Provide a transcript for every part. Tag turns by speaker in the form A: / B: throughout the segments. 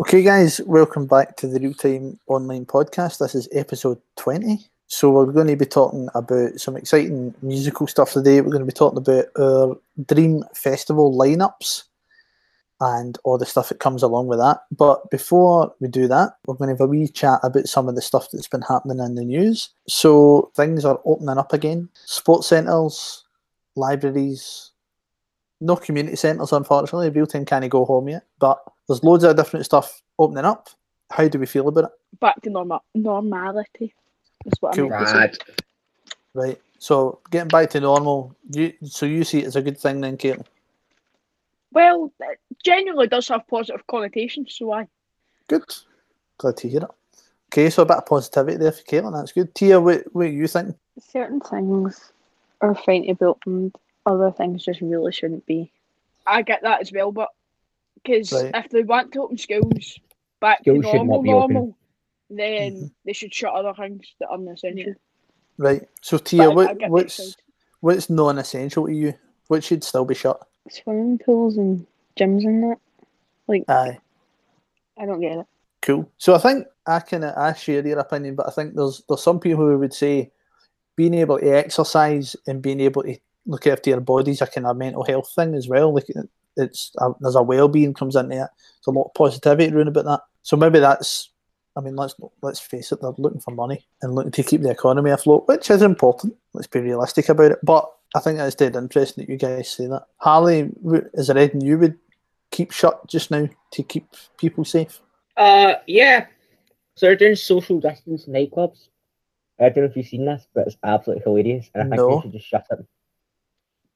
A: Okay, guys, welcome back to the Real Time Online Podcast. This is episode 20. So, we're going to be talking about some exciting musical stuff today. We're going to be talking about our Dream Festival lineups and all the stuff that comes along with that. But before we do that, we're going to have a wee chat about some of the stuff that's been happening in the news. So, things are opening up again sports centres, libraries, no community centres, unfortunately. Real time can't go home yet, but there's loads of different stuff opening up. How do we feel about it?
B: Back to normal normality. That's what
A: Cool.
B: I meant to
C: Rad.
A: Right. So getting back to normal, you so you see it as a good thing then, Caitlin.
B: Well, it generally does have positive connotations, so I
A: Good. Glad to hear it. Okay, so a bit of positivity there for Caitlin. That's good. Tia, what what you think?
D: certain things are fine to be opened, other things just really shouldn't be.
B: I get that as well. But because
A: Right.
B: if they want to open schools back
C: Schools
B: to
C: should not
B: normal,
C: be open.
B: normal, then
A: Mhm.
B: they should shut other things that are essential.
A: Right. So Tia,
B: But I- I
A: what
B: get that
A: what's
B: side.
A: what's non essential to you? What should still be shut?
D: Swimming pools and gyms and that,
A: Aye.
D: I don't get it.
A: Cool. So I think I can I share your opinion, but I think there's there's some people who would say being able to exercise and being able to look after your body's a kind of mental health thing as well. Like it- it's a, there's a well being comes into it. There's a lot of positivity around about that. So maybe that's. I mean, let's let's face it. They're looking for money and looking to keep the economy afloat, which is important. Let's be realistic about it. But I think it's dead interesting that you guys say that. Harley, w- is there anything you would keep shut just now to keep people safe?
C: Uh, yeah. Certain social distance nightclubs. I don't know if you've seen this, but it's absolutely hilarious, and I think
A: No.
C: they should just shut it.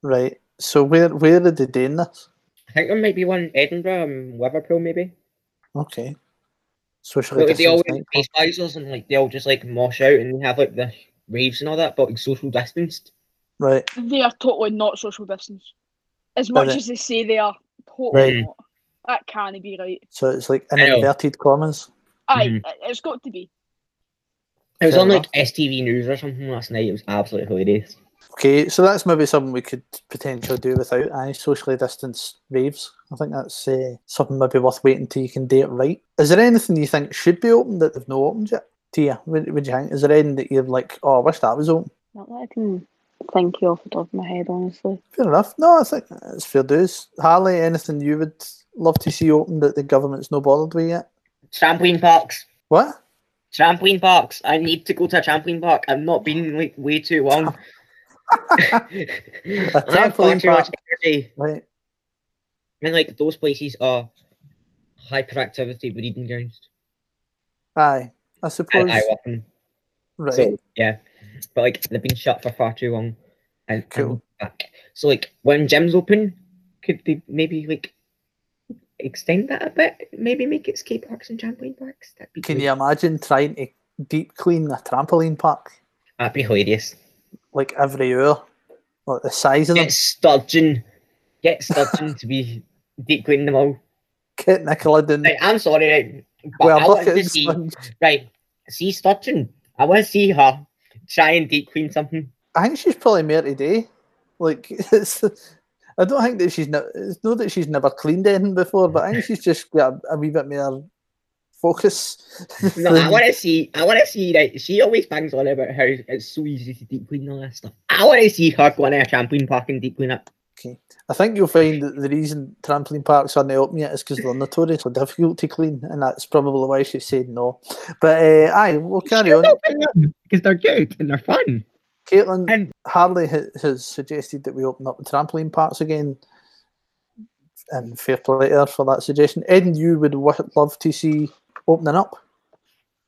A: Right. So where where are they doing this?
C: I think there might be one in Edinburgh, um, Liverpool, maybe.
A: Okay. Social
C: But they
A: distance
C: all wear
A: nightclub.
C: face visors and like they all just like mosh out and have like the raves and all that, but like social distanced.
A: Right.
B: They are totally not social distance. As much
A: they?
B: as they say they are, totally
A: Right.
B: not. That can't be right.
A: So it's like in
C: I know.
A: inverted commas.
B: Aye,
C: Mhm.
B: it- it's got to be.
C: It was
A: Fair
C: on like STV News or something last night. It was absolutely hilarious.
A: Okay, so that's maybe something we could potentially do without aye, socially distanced raves. I think that's uh, something maybe worth waiting till you can do it right. Is there anything you think should be open that they've not opened yet? Tia, would, would you think? Is there anything that you're like, oh, I wish that was open?
D: Not that I can think you off the top of my head, honestly.
A: Fair enough. No, I think it's fair dues. Harley, anything you would love to see open that the government's not bothered with yet?
C: Trampoline parks.
A: What?
C: Trampoline parks. I need to go to a trampoline park. I've not been like way too long.
A: A
C: I have far
A: trampoline
C: too much
A: park.
C: energy.
A: Right.
C: I mean, like those places are hyperactivity breeding grounds.
A: Aye. I
C: And
A: suppose.
C: I work in.
A: Right.
C: So yeah, but like they've been shut for far too long, and I
A: Cool.
C: need back. So like when gyms open, could they maybe like extend that a bit? Maybe make it skate parks and trampoline parks. That'd be
A: Can
C: good.
A: you imagine trying to deep clean a trampoline park
C: That'd be hilarious.
A: like every hour? Like the size of them.
C: Get Sturgeon, get Sturgeon to be deep cleaning them all.
A: Kit Nicola doing
C: Right, I'm sorry, right, but I
A: well
C: want
A: bucket
C: to
A: and
C: see
A: sponge.
C: right. See Sturgeon. I want to see her try and deep clean something.
A: I think she's probably more today. Like it's, I don't think that she's not. It's not that she's never cleaned anything before, but I think she's just got a, a wee bit more focus.
C: No, I want to see. I want to see. Like she always bangs on about how it's so easy to deep clean and all that stuff. I want to see her going to a trampoline park and deep clean up.
A: I think you'll find that the reason trampoline parks aren't open yet is because they're notoriously difficult to clean, and that's probably why she said no. But uh, aye, we'll carry on.
C: because they're good and they're fun.
A: Caitlin,
C: And
A: Harley ha- has suggested that we open up the trampoline parks again. And fair play to her for that suggestion. Ed, you would w- love to see opening up,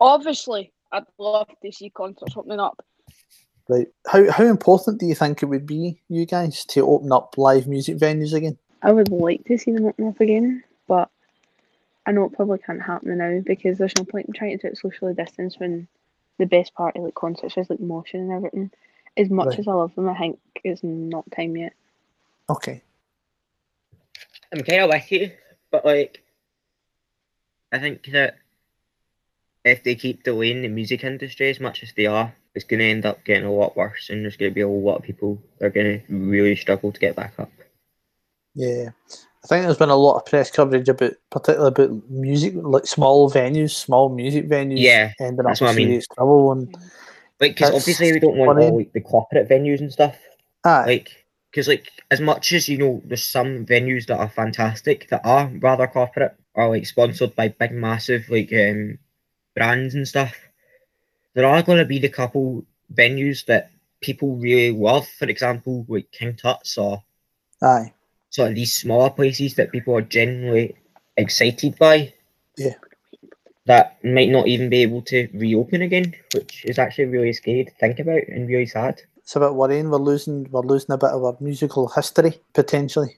B: Obviously, I'd love to see concerts opening up.
A: right? How how important do you think it would be, you guys, to open up live music venues again?
D: I would like to see them open up again, but I know it probably can't happen now because there's no point in trying to do it socially distanced when the best part of like concerts is like motion and everything. As much
A: Right.
D: as I love them, I think it's not time yet.
A: Okay,
C: I'm kind of with you, but like, I think that if they keep delaying the music industry as much as they are, it's going to end up getting a lot worse, and there's going to be a lot of people that are going to really struggle to get back up.
A: yeah. I think there's been a lot of press coverage about, particularly about music, like small venues, small music venues,
C: Yeah,
A: ending
C: that's
A: up
C: what
A: in
C: I mean.
A: serious trouble. And
C: Like, because
A: That's
C: obviously we don't want
A: funny.
C: all like, the corporate venues and stuff.
A: ah,
C: Like, because like as much as you know, there's some venues that are fantastic that are rather corporate or like sponsored by big, massive like um brands and stuff. There are going to be the couple venues that people really love. For example, like King Tut's or
A: aye,
C: sort of these smaller places that people are generally excited by.
A: Yeah.
C: That might not even be able to reopen again, which is actually really scary to think about and really sad.
A: it's a bit worrying. We're losing, we're losing a bit of our musical history potentially.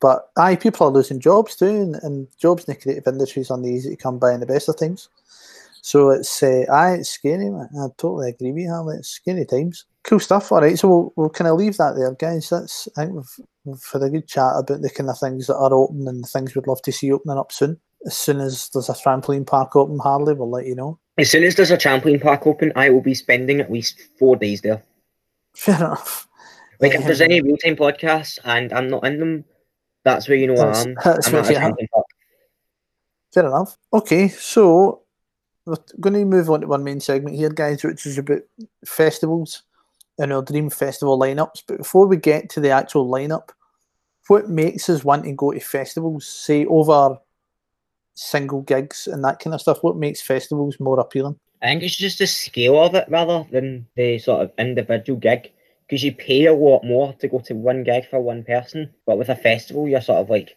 A: But aye, people are losing jobs too, and, and jobs in the creative industries aren't easy to come by in the best of times. So it's uh, aye, it's scary. man. I totally agree with you, Hamlet. It's scary times. Cool stuff. All right, so we'll, we'll kind of leave that there, guys. That's I think we've, we've had a good chat about the kind of things that are open and the things we'd love to see opening up soon. As soon as there's a trampoline park open, Harley, we'll let you know.
C: As soon as there's a trampoline park open, I will be spending at least four days there.
A: Fair enough.
C: Like if there's
A: Um,
C: any real time podcasts and I'm not in them, that's where you know I
A: That's-
C: am.
A: that's
C: I'm at
A: what
C: a
A: you have.
C: trampoline park.
A: Fair enough. Okay, so we're going to move on to one main segment here, guys, which is about festivals and our dream festival lineups. But before we get to the actual lineup, what makes us want to go to festivals, say over single gigs and that kind of stuff? What makes festivals more appealing?
C: I think it's just the scale of it rather than the sort of individual gig. Because you pay a lot more to go to one gig for one person, but with a festival, you're sort of like,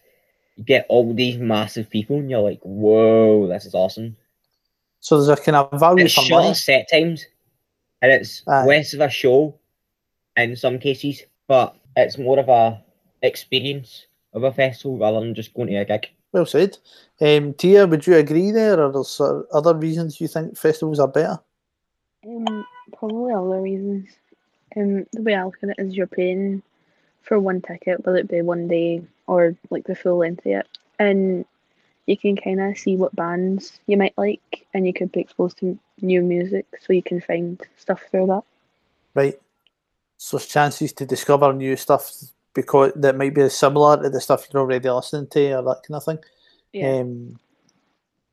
C: you get all these massive people, and you're like, whoa, this is awesome.
A: So there's a kind of value
C: It's
A: for money.
C: shorter set times, and it's
A: Aye.
C: less of a show in some cases, but it's more of a experience of a festival rather than just going to a gig.
A: Well said. Um, Tia, would you agree there, or are there sort of other reasons you think festivals are better?
D: Um, probably other reasons. Um, the way I look at it is you're paying for one ticket, will it be one day or like the full length of it, and you can kind of see what bands you might like, and you could be exposed to new music, so you can find stuff through that.
A: Right. So there's chances to discover new stuff because that might be similar to the stuff you're already listening to or that kind of thing. Um,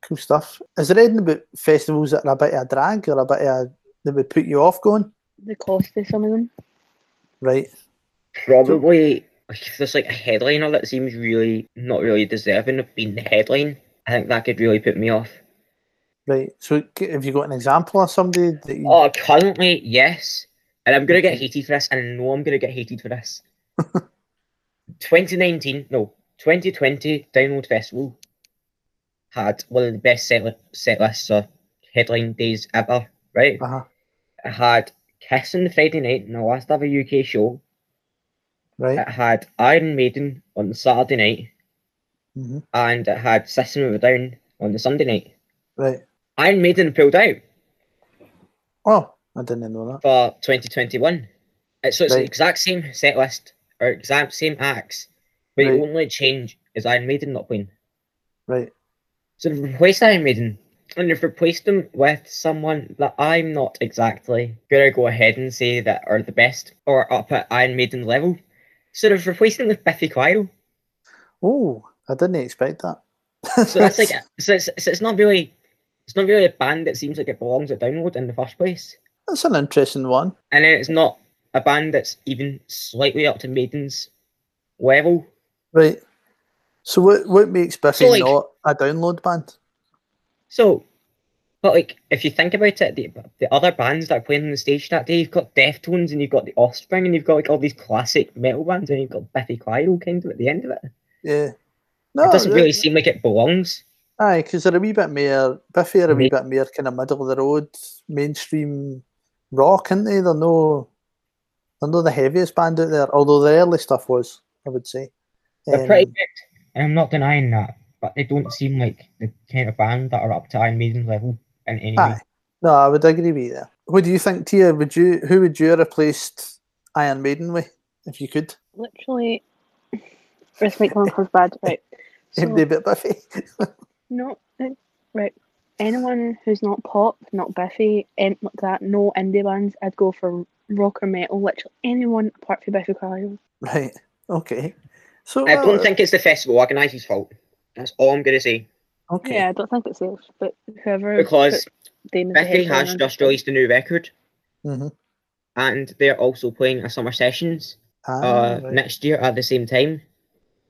A: cool stuff. Is there anything about festivals that are a bit of a drag or a bit of a, that would put you off going?
D: the cost of some of them.
A: Right.
C: Probably if there's like a headliner that seems really not really deserving of being the headline, I think that could really put me off.
A: Right. So c- have you got an example of somebody that you,
C: Oh, currently yes, and I'm gonna get hated for this, and I know I'm gonna get hated for this. 2019, no, 2020 Download Festival had one of the best set, li- set lists or headline days ever. Right,
A: uh-huh.
C: it had Kiss on the Friday night, and the last ever UK show.
A: right?
C: It had Iron Maiden on the Saturday night.
A: hmm
C: and it had System of a Down on the Sunday night.
A: Right.
C: Iron Maiden pulled out
A: Oh, I didn't know that.
C: for 2021. It's, so it's the
A: Right.
C: exact same set list or exact same acts, but
A: Right.
C: the only change is Iron Maiden not playing.
A: Right.
C: So they've replaced Iron Maiden and they've replaced them with someone that I'm not exactly gonna go ahead and say that are the best or up at Iron Maiden level. So they've replaced them with Biffy Clyro.
A: Oh, I didn't expect that.
C: So that's like so it's, so it's not really it's not really a band that seems like it belongs at Download in the first place.
A: that's an interesting one.
C: and then it's not a band that's even slightly up to Maiden's level.
A: Right. So what what makes Biffy
C: like-
A: not a download band?
C: So, but like if you think about it, the, the other bands that are playing on the stage that day, you've got Deftones and you've got The Offspring and you've got like all these classic metal bands and you've got Biffy Clyro kind of at the end of it.
A: Yeah. No,
C: it doesn't
A: that-
C: really seem like it belongs.
A: Aye, because they're a wee bit more Biffy are a wee
C: Main-
A: bit more kind of middle of the road mainstream rock, aren't they? They're no they're not the heaviest band out there, although the early stuff was, I would say.
C: They're pretty
A: Um,
C: good, and I'm not denying that, but they don't seem like the kind of band that are up to Iron Maiden level in any way.
A: Um, aye. No, I would agree with you there. What do you think, Tia? Would you who would you have replaced Iron Maiden with if you could?
D: Literally, this makes one feels bad, right?
A: It'd
D: So,
A: be a bit Biffy.
D: not eh, right. Anyone who's not pop, not Biffy, and like that, no indie bands, I'd go for rock or metal. Literally anyone apart from Biffy Clyro.
A: right. Okay. So
C: I don't
A: well,
C: think it's the festival organiser's fault. That's all I'm going to say.
A: Okay.
D: Yeah, I don't think it's safe, but whoever
C: Because
D: put Dame as the
C: Becky
D: headline
C: has
D: on-
C: just released a new record,
A: hmm
C: and they're also playing a summer sessions uh, next year at the same time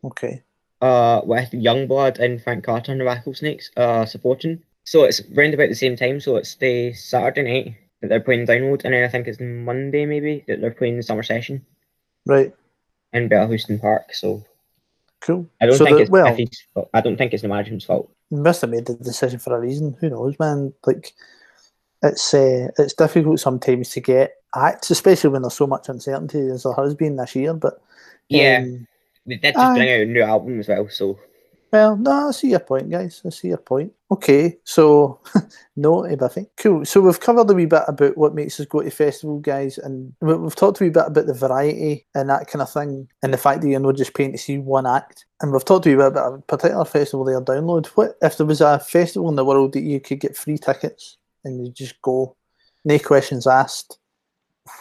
A: Ah, Okay.
C: uh, with Youngblood and Frank Carter and the Rattlesnakes uh, supporting. So it's round about the same time. So it's the Saturday night that they're playing Download, and then I think it's Monday maybe that they're playing the summer session
A: Right.
C: in Bella Houston Park. So
A: Cool.
C: I don't
A: so
C: think
A: the-
C: it's
A: well,
C: I, think, it's- I don't think it's the management's fault.
A: must have made the decision for a reason. Who knows, man? Like, it's uh, it's difficult sometimes to get acts, especially when there's so much uncertainty as there has been this year. But
C: Yeah,
A: um,
C: we did just
A: Aye.
C: bring out a new album as well. So
A: well, no, I see your point, guys. I see your point. Okay, so no to Biffy. Cool. So we've covered a wee bit about what makes us go to festival, guys, and we- we've talked a wee bit about the variety and that kind of thing, and the fact that you're not just paying to see one act. And we've talked a wee bit about a particular festival there, Download. What if there was a festival in the world that you could get free tickets and you just go, no questions asked,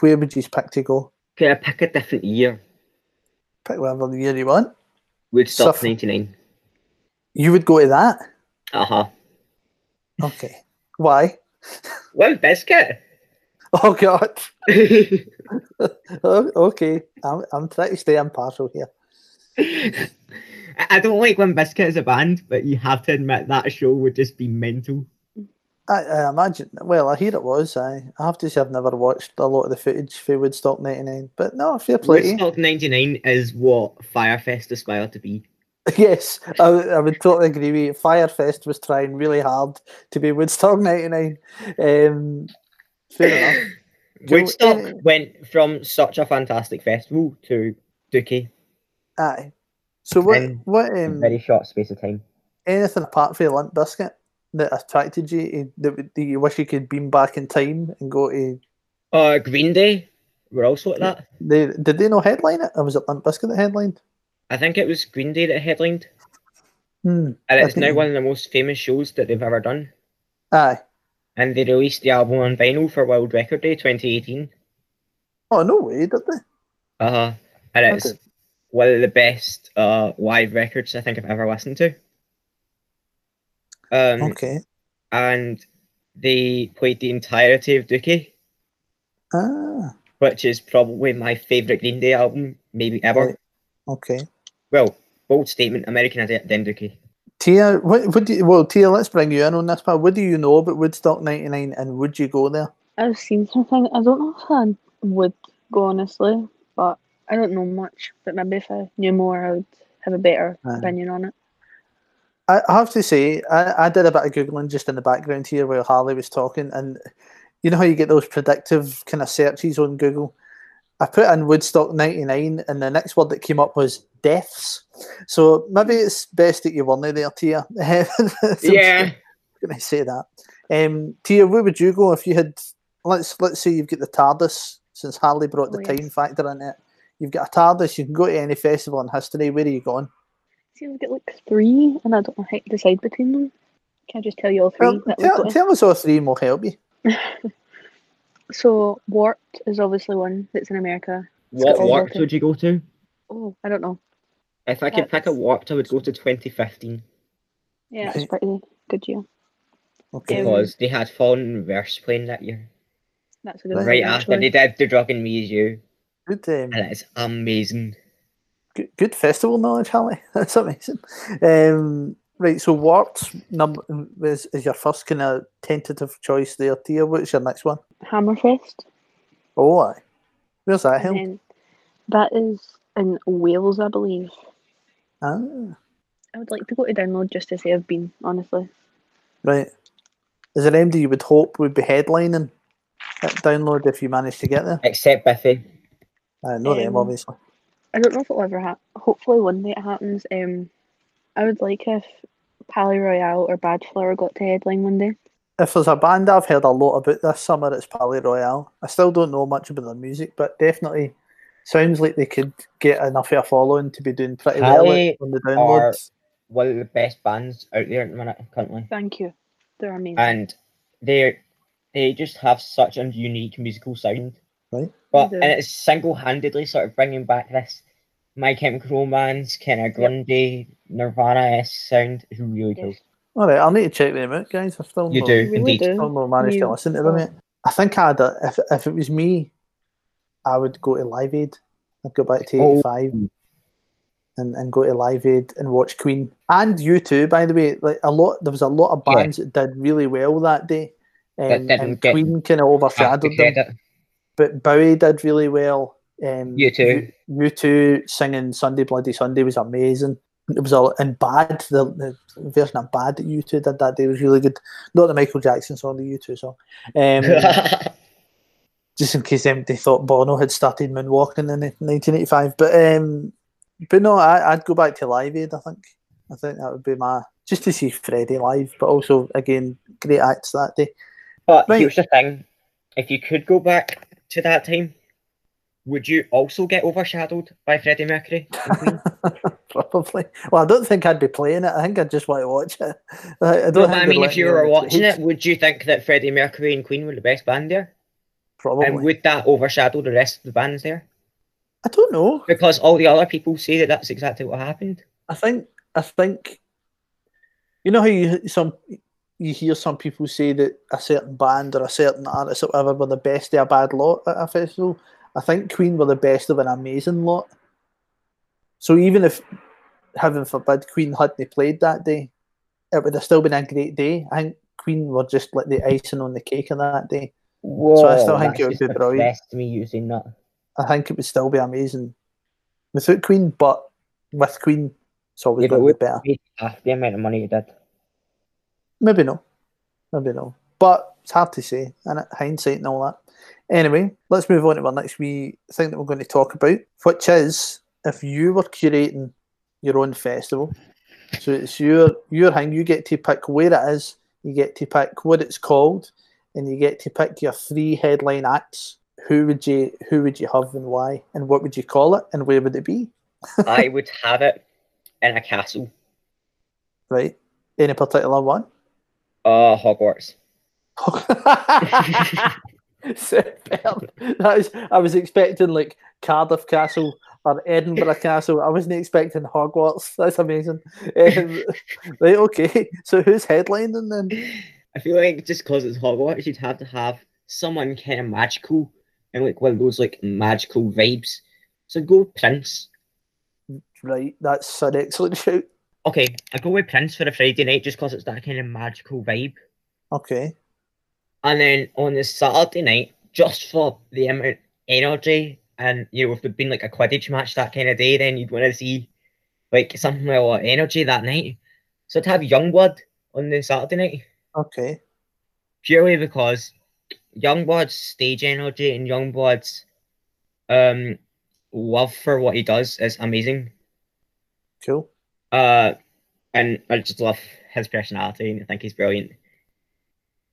A: where would you pick to go?
C: could I pick a different year?
A: Pick whatever year you want.
C: Woodstock
A: Suffer-
C: '99.
A: You would go to that?
C: Uh huh.
A: Okay. Why?
C: Well, biscuit.
A: Oh, God. Oh, okay, I'm I'm trying to stay impartial here.
C: I I don't like when Biscuit is a band, but you have to admit that show would just be mental.
A: I, I imagine. Well, I hear it was. I, I have to say I've never watched a lot of the footage for Woodstock '99, but no, fair play.
C: Woodstock 99 is what Firefest aspired to be.
A: yes, I, would- I would totally agree with you. Firefest was trying really hard to be Woodstock '99. Um, fair enough. Cool.
C: Woodstock
A: Uh,
C: went from such a fantastic festival to Dookie
A: Aye. So what?
C: Um,
A: What?
C: in a
A: Um,
C: very short space of time.
A: anything apart from Limp Biscuit that attracted you? eh, That, would- that you wish you could beam back in time and go to?
C: Uh, Green Day were also at that.
A: They did they not headline it? Or was it Limp Biscuit that headlined?
C: I think it was Green Day that headlined,
A: Hmm.
C: and
A: I
C: it's now
A: think-
C: one of the most famous shows that they've ever done.
A: Aye.
C: And they released the album on vinyl for World Record Day 2018.
A: Oh no way, did they?
C: Uh huh. And it's
A: Okay.
C: one of the best uh live records I think I've ever listened to. Um,
A: Okay.
C: and they played the entirety of Dookie,
A: Ah,
C: which is probably my favorite Green Day album, maybe ever.
A: Right. okay.
C: Well, bold statement, American Identity.
A: Tia, what, what do you, well, Tia, let's bring you in on this part. What do you know about Woodstock 99 and would you go there?
D: I've seen something. I don't know if I would go honestly, but I don't know much. But maybe if I knew more, I would have a better
A: Aye.
D: opinion on it.
A: I, I have to say, I, I did a bit of Googling just in the background here while Harley was talking, and you know how you get those predictive kind of searches on Google? I put in Woodstock 99 and the next word that came up was deaths. So maybe it's best that you weren't there, Tia.
C: yeah,
A: Can I say that? Um, Tia, where would you go if you had? Let's let's say you've got the TARDIS. Since Harley brought the
D: Oh, yes.
A: time factor in it, you've got a TARDIS. You can go to any festival in history. Where are you going?
D: See, I've got like three, and I don't know how to decide between them. Can I just tell you all three?
A: Well,
D: that we've
A: tell,
D: got?
A: tell us all three, and we'll help you.
D: So Warped is obviously one that's in America.
C: what
D: got
C: warped
D: Walter.
C: would you go to?
D: Oh, I don't know.
C: If I could pick a
D: That's-
C: warped, I would go to 2015
D: Yeah,
A: Right.
D: it's pretty good year.
A: Okay.
D: Yeah.
C: because they had Fallen in Reverse playing that year,
D: That's a good
A: Right.
D: one.
C: right after
D: actually.
C: they did The Drug and Me Is You,
A: Good, um,
C: and it's amazing.
A: good, good festival knowledge, Harley. That's amazing. Um, right. So, Warped number is, is your first kind of tentative choice there, Tia. What's your next one?
D: Hammerfest.
A: Oh, aye. Where's that held?
D: And then that is in Wales, I believe.
A: Ah,
D: I would like to go to download just to say I've been, honestly.
A: right. Is there anybody you would hope would be headlining at Download if you managed to get there?
C: Except Biffy.
A: Uh, not them,
D: Um,
A: obviously.
D: I don't know if it'll ever happen. Hopefully, one day it happens. Um, I would like if Pally Royale or Bad Flower got to headline one day.
A: If there's a band I've heard a lot about this summer, it's Palais Royale. I still don't know much about their music, but definitely sounds like they could get enough of a following to be doing pretty
C: Palais
A: well on the downloads.
C: one of the best bands out there at the minute currently,
D: Thank you. They're amazing.
C: and they they just have such a unique musical sound.
A: Right.
C: But
D: They
C: and
D: do.
C: it's single handedly sort of bringing back this My Chemical Romance, kind of grungy, Nirvana esque sound is really cool.
A: All right, I'll need to check them out, guys. I've still
C: You
A: not,
C: do,
D: Really
C: indeed.
D: do.
A: Still not managed to
D: You-
A: listen to them yet. I think I'd uh, if if it was me, I would go to Live Aid. I'd go back to
C: Oh.
A: eighty five. And, and go to Live Aid and watch Queen and you too. By the way, like a lot, there was a lot of
C: Yeah.
A: bands that did really well that day, um,
C: didn't
A: and
C: get
A: Queen kind of
C: Have to
A: overshadowed them.
C: credit.
A: But Bowie did really well. Um,
C: You too.
A: You two singing Sunday Bloody Sunday was amazing. It was all and bad. The, the version of bad that you two did that day was really good. Not the Michael Jackson song, the U two song. Um, just in case empty thought Bono had started moonwalking in nineteen eighty five. But um, but no, I, I'd go back to Live Aid. I think I think that would be my just to see Freddie live. But also again, great acts that day.
C: But
A: Right.
C: here's the thing: if you could go back to that time, would you also get overshadowed by Freddie Mercury? and Queen?
A: Probably. Well, I don't think I'd be playing it. I think I'd just want to watch it. I, I don't
C: no, but
A: think
C: I
A: I'd
C: mean,
A: let
C: if you
A: anyone
C: were watching
A: hate-
C: it, would you think that Freddie Mercury and Queen were the best band there?
A: probably.
C: And would that overshadow the rest of the bands there?
A: I don't know.
C: Because all the other people say that that's exactly what happened.
A: I think I think you know how you some you hear some people say that a certain band or a certain artist or whatever were the best of a bad lot at a festival. I think Queen were the best of an amazing lot. So even if heaven forbid Queen hadn't played that day, it would have still been a great day. I think Queen were just like the icing on the cake of that day.
C: Whoa,
A: I still think it would be brilliant.
C: Best me using that.
A: I think it would still be amazing without Queen, but with Queen, it's always
C: Yeah, but
A: going to
C: with-
A: be better.
C: Paid half the amount of money you did.
A: Maybe no, maybe no. But it's hard to say, and it- hindsight and all that. Anyway, let's move on to our next wee thing that we're going to talk about, which is if you were curating your own festival. So it's your your thing. You get to pick where it is. You get to pick what it's called, and you get to pick your three headline acts. Who would you who would you have and why, and what would you call it, and where would it be?
C: I would have it in a castle.
A: Right. Any particular one?
C: Oh, Hogwarts.
A: Superb. That is, I was expecting like Cardiff Castle or Edinburgh Castle. I wasn't expecting Hogwarts. That's amazing. Um, right, okay. So who's headlining then?
C: I feel like just because it's Hogwarts, you'd have to have someone kind of magical and like one of those like magical vibes. So go Prince.
A: Right, that's an excellent shout.
C: Okay, I go with Prince for a Friday night just because it's that kind of magical vibe.
A: Okay.
C: And then on the Saturday night, just for the amount of energy and you know, if there'd been like a Quidditch match that kind of day, then you'd want to see like something with a lot of energy that night. So to have Youngblood on the Saturday night,
A: Okay.
C: purely because Youngblood's stage energy and Youngblood's um love for what he does is amazing.
A: Cool.
C: Uh and I just love his personality and I think he's brilliant.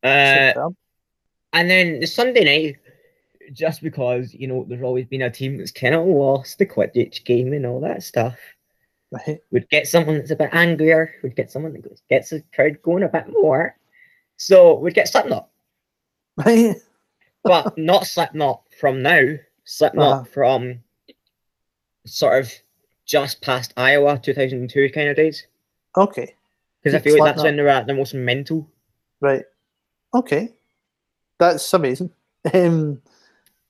C: Uh
A: Superb.
C: And then the Sunday night, just because, you know, there's always been a team that's kind of lost the Quidditch game and all that stuff,
A: Right.
C: would get someone that's a bit angrier, would get someone that goes- gets the crowd going a bit more. So we'd get Slipknot,
A: Right.
C: but not Slipknot from now, Slipknot
A: Uh-huh.
C: from sort of just past Iowa 2002 kind of days.
A: Okay.
C: Because I
A: Yeah,
C: feel like that's
A: Slipknot.
C: when they're at the most mental.
A: Right. Okay. That's amazing. Um,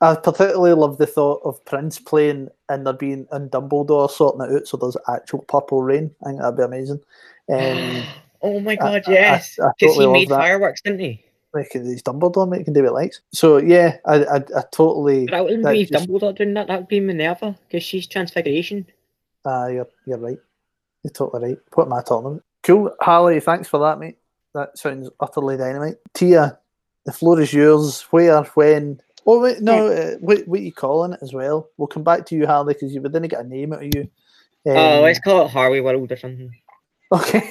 A: I particularly love the thought of Prince playing and there being and Dumbledore sorting it out so there's actual purple rain. I think that'd be amazing. Um,
C: oh my
A: I-
C: god, yes.
A: I- I
C: Because
A: totally
C: he
A: love
C: made
A: that.
C: fireworks, didn't he?
A: like he's Dumbledore, mate, he can do what he likes. So yeah, I I, I totally.
C: That wouldn't
A: That
C: be
A: just-
C: Dumbledore doing that. That would be Minerva because she's Transfiguration.
A: Ah, you're you're right. You're totally right. What am I talking about? Cool, Harley. Thanks for that, mate. That sounds utterly dynamite. Tia, the floor is yours. Where, when? Oh wait, no. Uh, what what you calling it as well? We'll come back to you, Harley, because you we didn't get a name out of you.
C: oh,
A: Um,
C: let's call it Harley World or something.
A: Okay.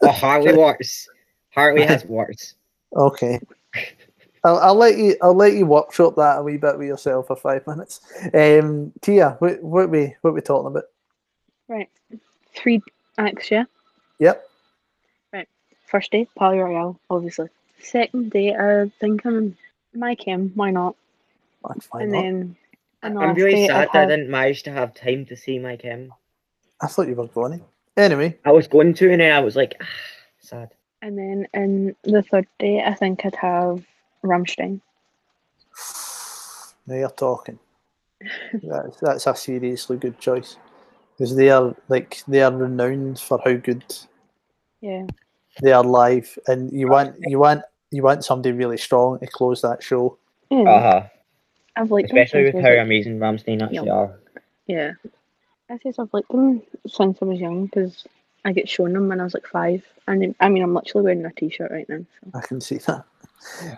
C: Or Harley Warts. Harley has warts.
A: Okay. I'll, I'll let you. I'll let you workshop that a wee bit with yourself for five minutes. Um, Tia, what what we what we talking about?
D: Right. Three acts, yeah?
A: Yep.
D: First day, Pally Royale, obviously. Second day, I think I'm my chem, why not?
A: Why
D: and
A: not?
D: then
C: I'm really sad that I didn't manage to have time to see my Kim.
A: I thought you were going. to. Anyway,
C: I was going to, and then I was like, ah, sad.
D: And then in the third day, I think I'd have Rammstein.
A: now you're talking. That's, that's a seriously good choice because they are like they are renowned for how good
D: Yeah,
A: they are live, and you want you want you want somebody really strong to close that show.
D: Mm,
C: Uh huh.
D: I've liked them
C: Especially
D: since
C: with
D: I
C: how
D: was, like,
C: amazing Ramstein actually
D: Yeah.
C: are.
D: yeah. I said I've liked them since I was young because I get shown them when I was like five, and I mean I'm literally wearing a t-shirt right now. So.
A: I can see that.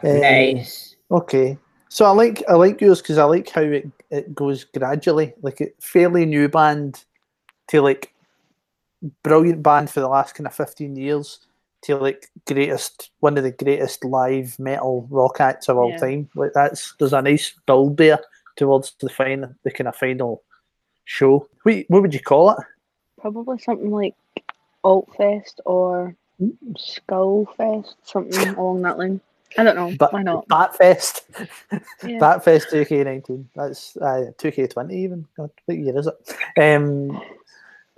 A: Eh,
C: Nice.
A: Okay. So I like I like yours because I like how it, it goes gradually, like a fairly new band to like brilliant band for the last kind of fifteen years to like greatest one of the greatest live metal rock acts of all
D: Yeah.
A: time. Like that's there's a nice build there towards the final the kind of final show. Wait, what would you call it?
D: Probably something like Altfest or Skullfest, something along that line. I don't know.
A: But
D: why not?
A: Batfest.
D: Yeah.
A: Batfest 2K19. That's uh, 2K20 even. God, what year is it? Um,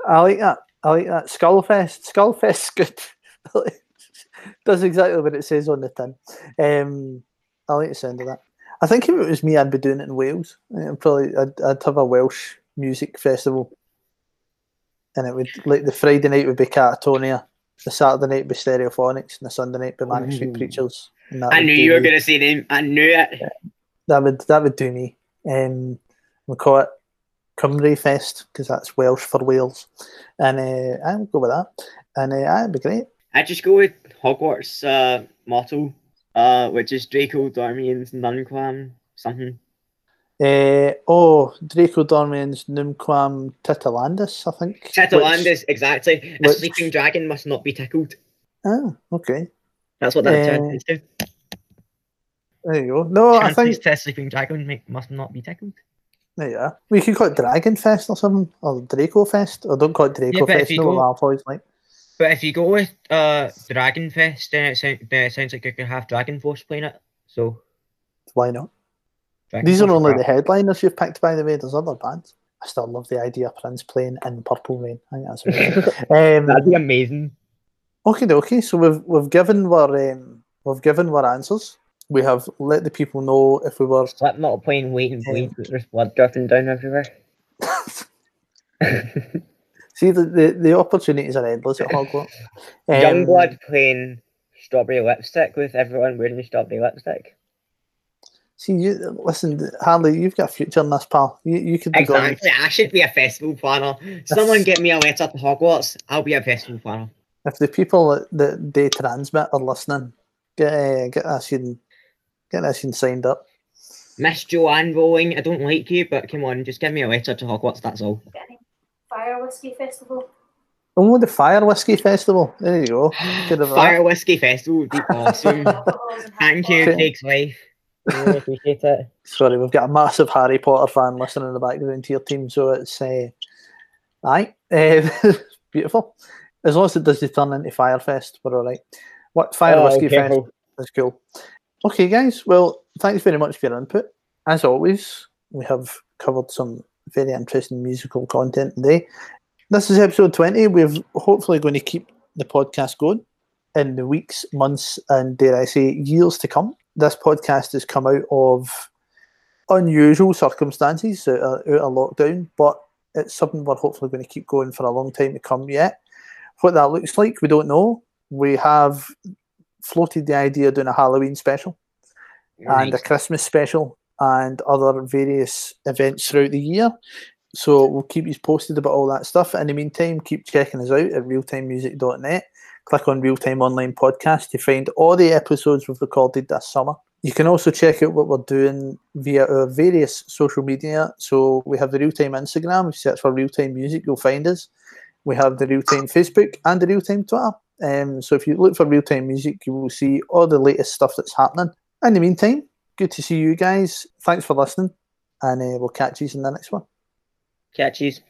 A: I like that. I like that. Skullfest. Skullfest's good. Does exactly what it says on the tin. Um, I like the sound of that. I think if it was me, I'd be doing it in Wales. I'd probably, I'd, I'd have a Welsh music festival, and it would like the Friday night would be Catatonia, the Saturday night would be Stereophonics, and the Sunday night would be Manic Street
C: Ooh.
A: Preachers. and that
C: Mm. I
A: would
C: knew
A: do
C: you were
A: me
C: gonna say them. I knew it.
A: that would that would do me. Um, we call it Cymru Fest because that's Welsh for Wales, and uh, I'll go with that. And uh, that'd be great.
C: I just go with Hogwarts uh, motto, uh, which is Draco Dormian's Nunquam something.
A: Uh, oh, Draco Dormian's Numquam Titilandus, I think. Which-
C: Chatalandis, exactly. A
A: which-
C: sleeping dragon must not be tickled.
A: Ah, okay.
C: That's what that
A: Eh,
C: translates to.
A: There you go. No, Oh, I
C: Translates
A: think
C: to a sleeping dragon make, must not be tickled.
A: there you are. We could call it Dragon Fest or something, or Draco Fest, or don't call it Draco
C: but if
A: Fest.
C: you
A: No,
C: go-
A: what my boys like.
C: But if you go with uh, Dragon Fest, then it, sound, then it sounds like you could have Dragon Force playing it. So
A: Why not?
C: Dragon
A: These are
C: Force
A: only the
C: crap.
A: headliners you've picked, by the way. There's other bands. I still love the idea of Prince playing in Purple Rain. I think that's amazing.
C: That'd
A: um,
C: be amazing.
A: okay, okay. So we've we've given our um, we've given our answers. We have let the people know if we were.
C: Slipknot playing Wait and Bleed, but there's blood dropping down everywhere.
A: See the, the, the opportunities are endless at Hogwarts. Um,
C: Youngblood playing Strawberry Lipstick with everyone wearing strawberry lipstick.
A: See you. Listen, Harley, you've got a future in this, pal. You you could be going.
C: Exactly. I should be a festival planner. Someone get me a letter to Hogwarts. I'll be a festival planner.
A: If the people that, that they transmit are listening, get uh, get us in, get us in signed up.
C: Miss Joanne Rowling, I don't like you, but come on, just give me a letter to Hogwarts. That's all.
E: Fire Whiskey Festival.
A: Oh, the Fire Whiskey Festival. There you go. Could have
C: Fire Whiskey Festival would be awesome.
E: Alcohols and
C: Thank
E: handballs.
C: you,
A: Okay.
C: Craig's wife. I really appreciate it.
A: Sorry, we've got a massive Harry Potter fan listening in the background to your team, so it's uh, aye, uh, beautiful. As long as it doesn't turn into Firefest, we're all right. What Fire
C: Oh,
A: Whiskey Fest
C: careful.
A: is cool. Okay, guys. Well, thanks very much for your input. As always, we have covered some very interesting musical content today. This is episode twenty. We're hopefully going to keep the podcast going in the weeks, months, and dare I say, years to come. This podcast has come out of unusual circumstances out of, out of lockdown, but it's something we're hopefully going to keep going for a long time to come yet. What that looks like, we don't know. We have floated the idea of doing a Halloween special and a
C: Nice.
A: Christmas special and other various events throughout the year. So we'll keep you posted about all that stuff. In the meantime, keep checking us out at realtimemusic.net. Click on Real Time Online Podcast to find all the episodes we've recorded this summer. You can also check out what we're doing via our various social media. So we have the Real Time Instagram. If you search for Real Time Music, you'll find us. We have the Real Time Facebook and the Real Time Twitter. Um, so if you look for Real Time Music, you will see all the latest stuff that's happening. In the meantime, good to see you guys. Thanks for listening, and uh, we'll catch you in the next one.
C: Catch yous.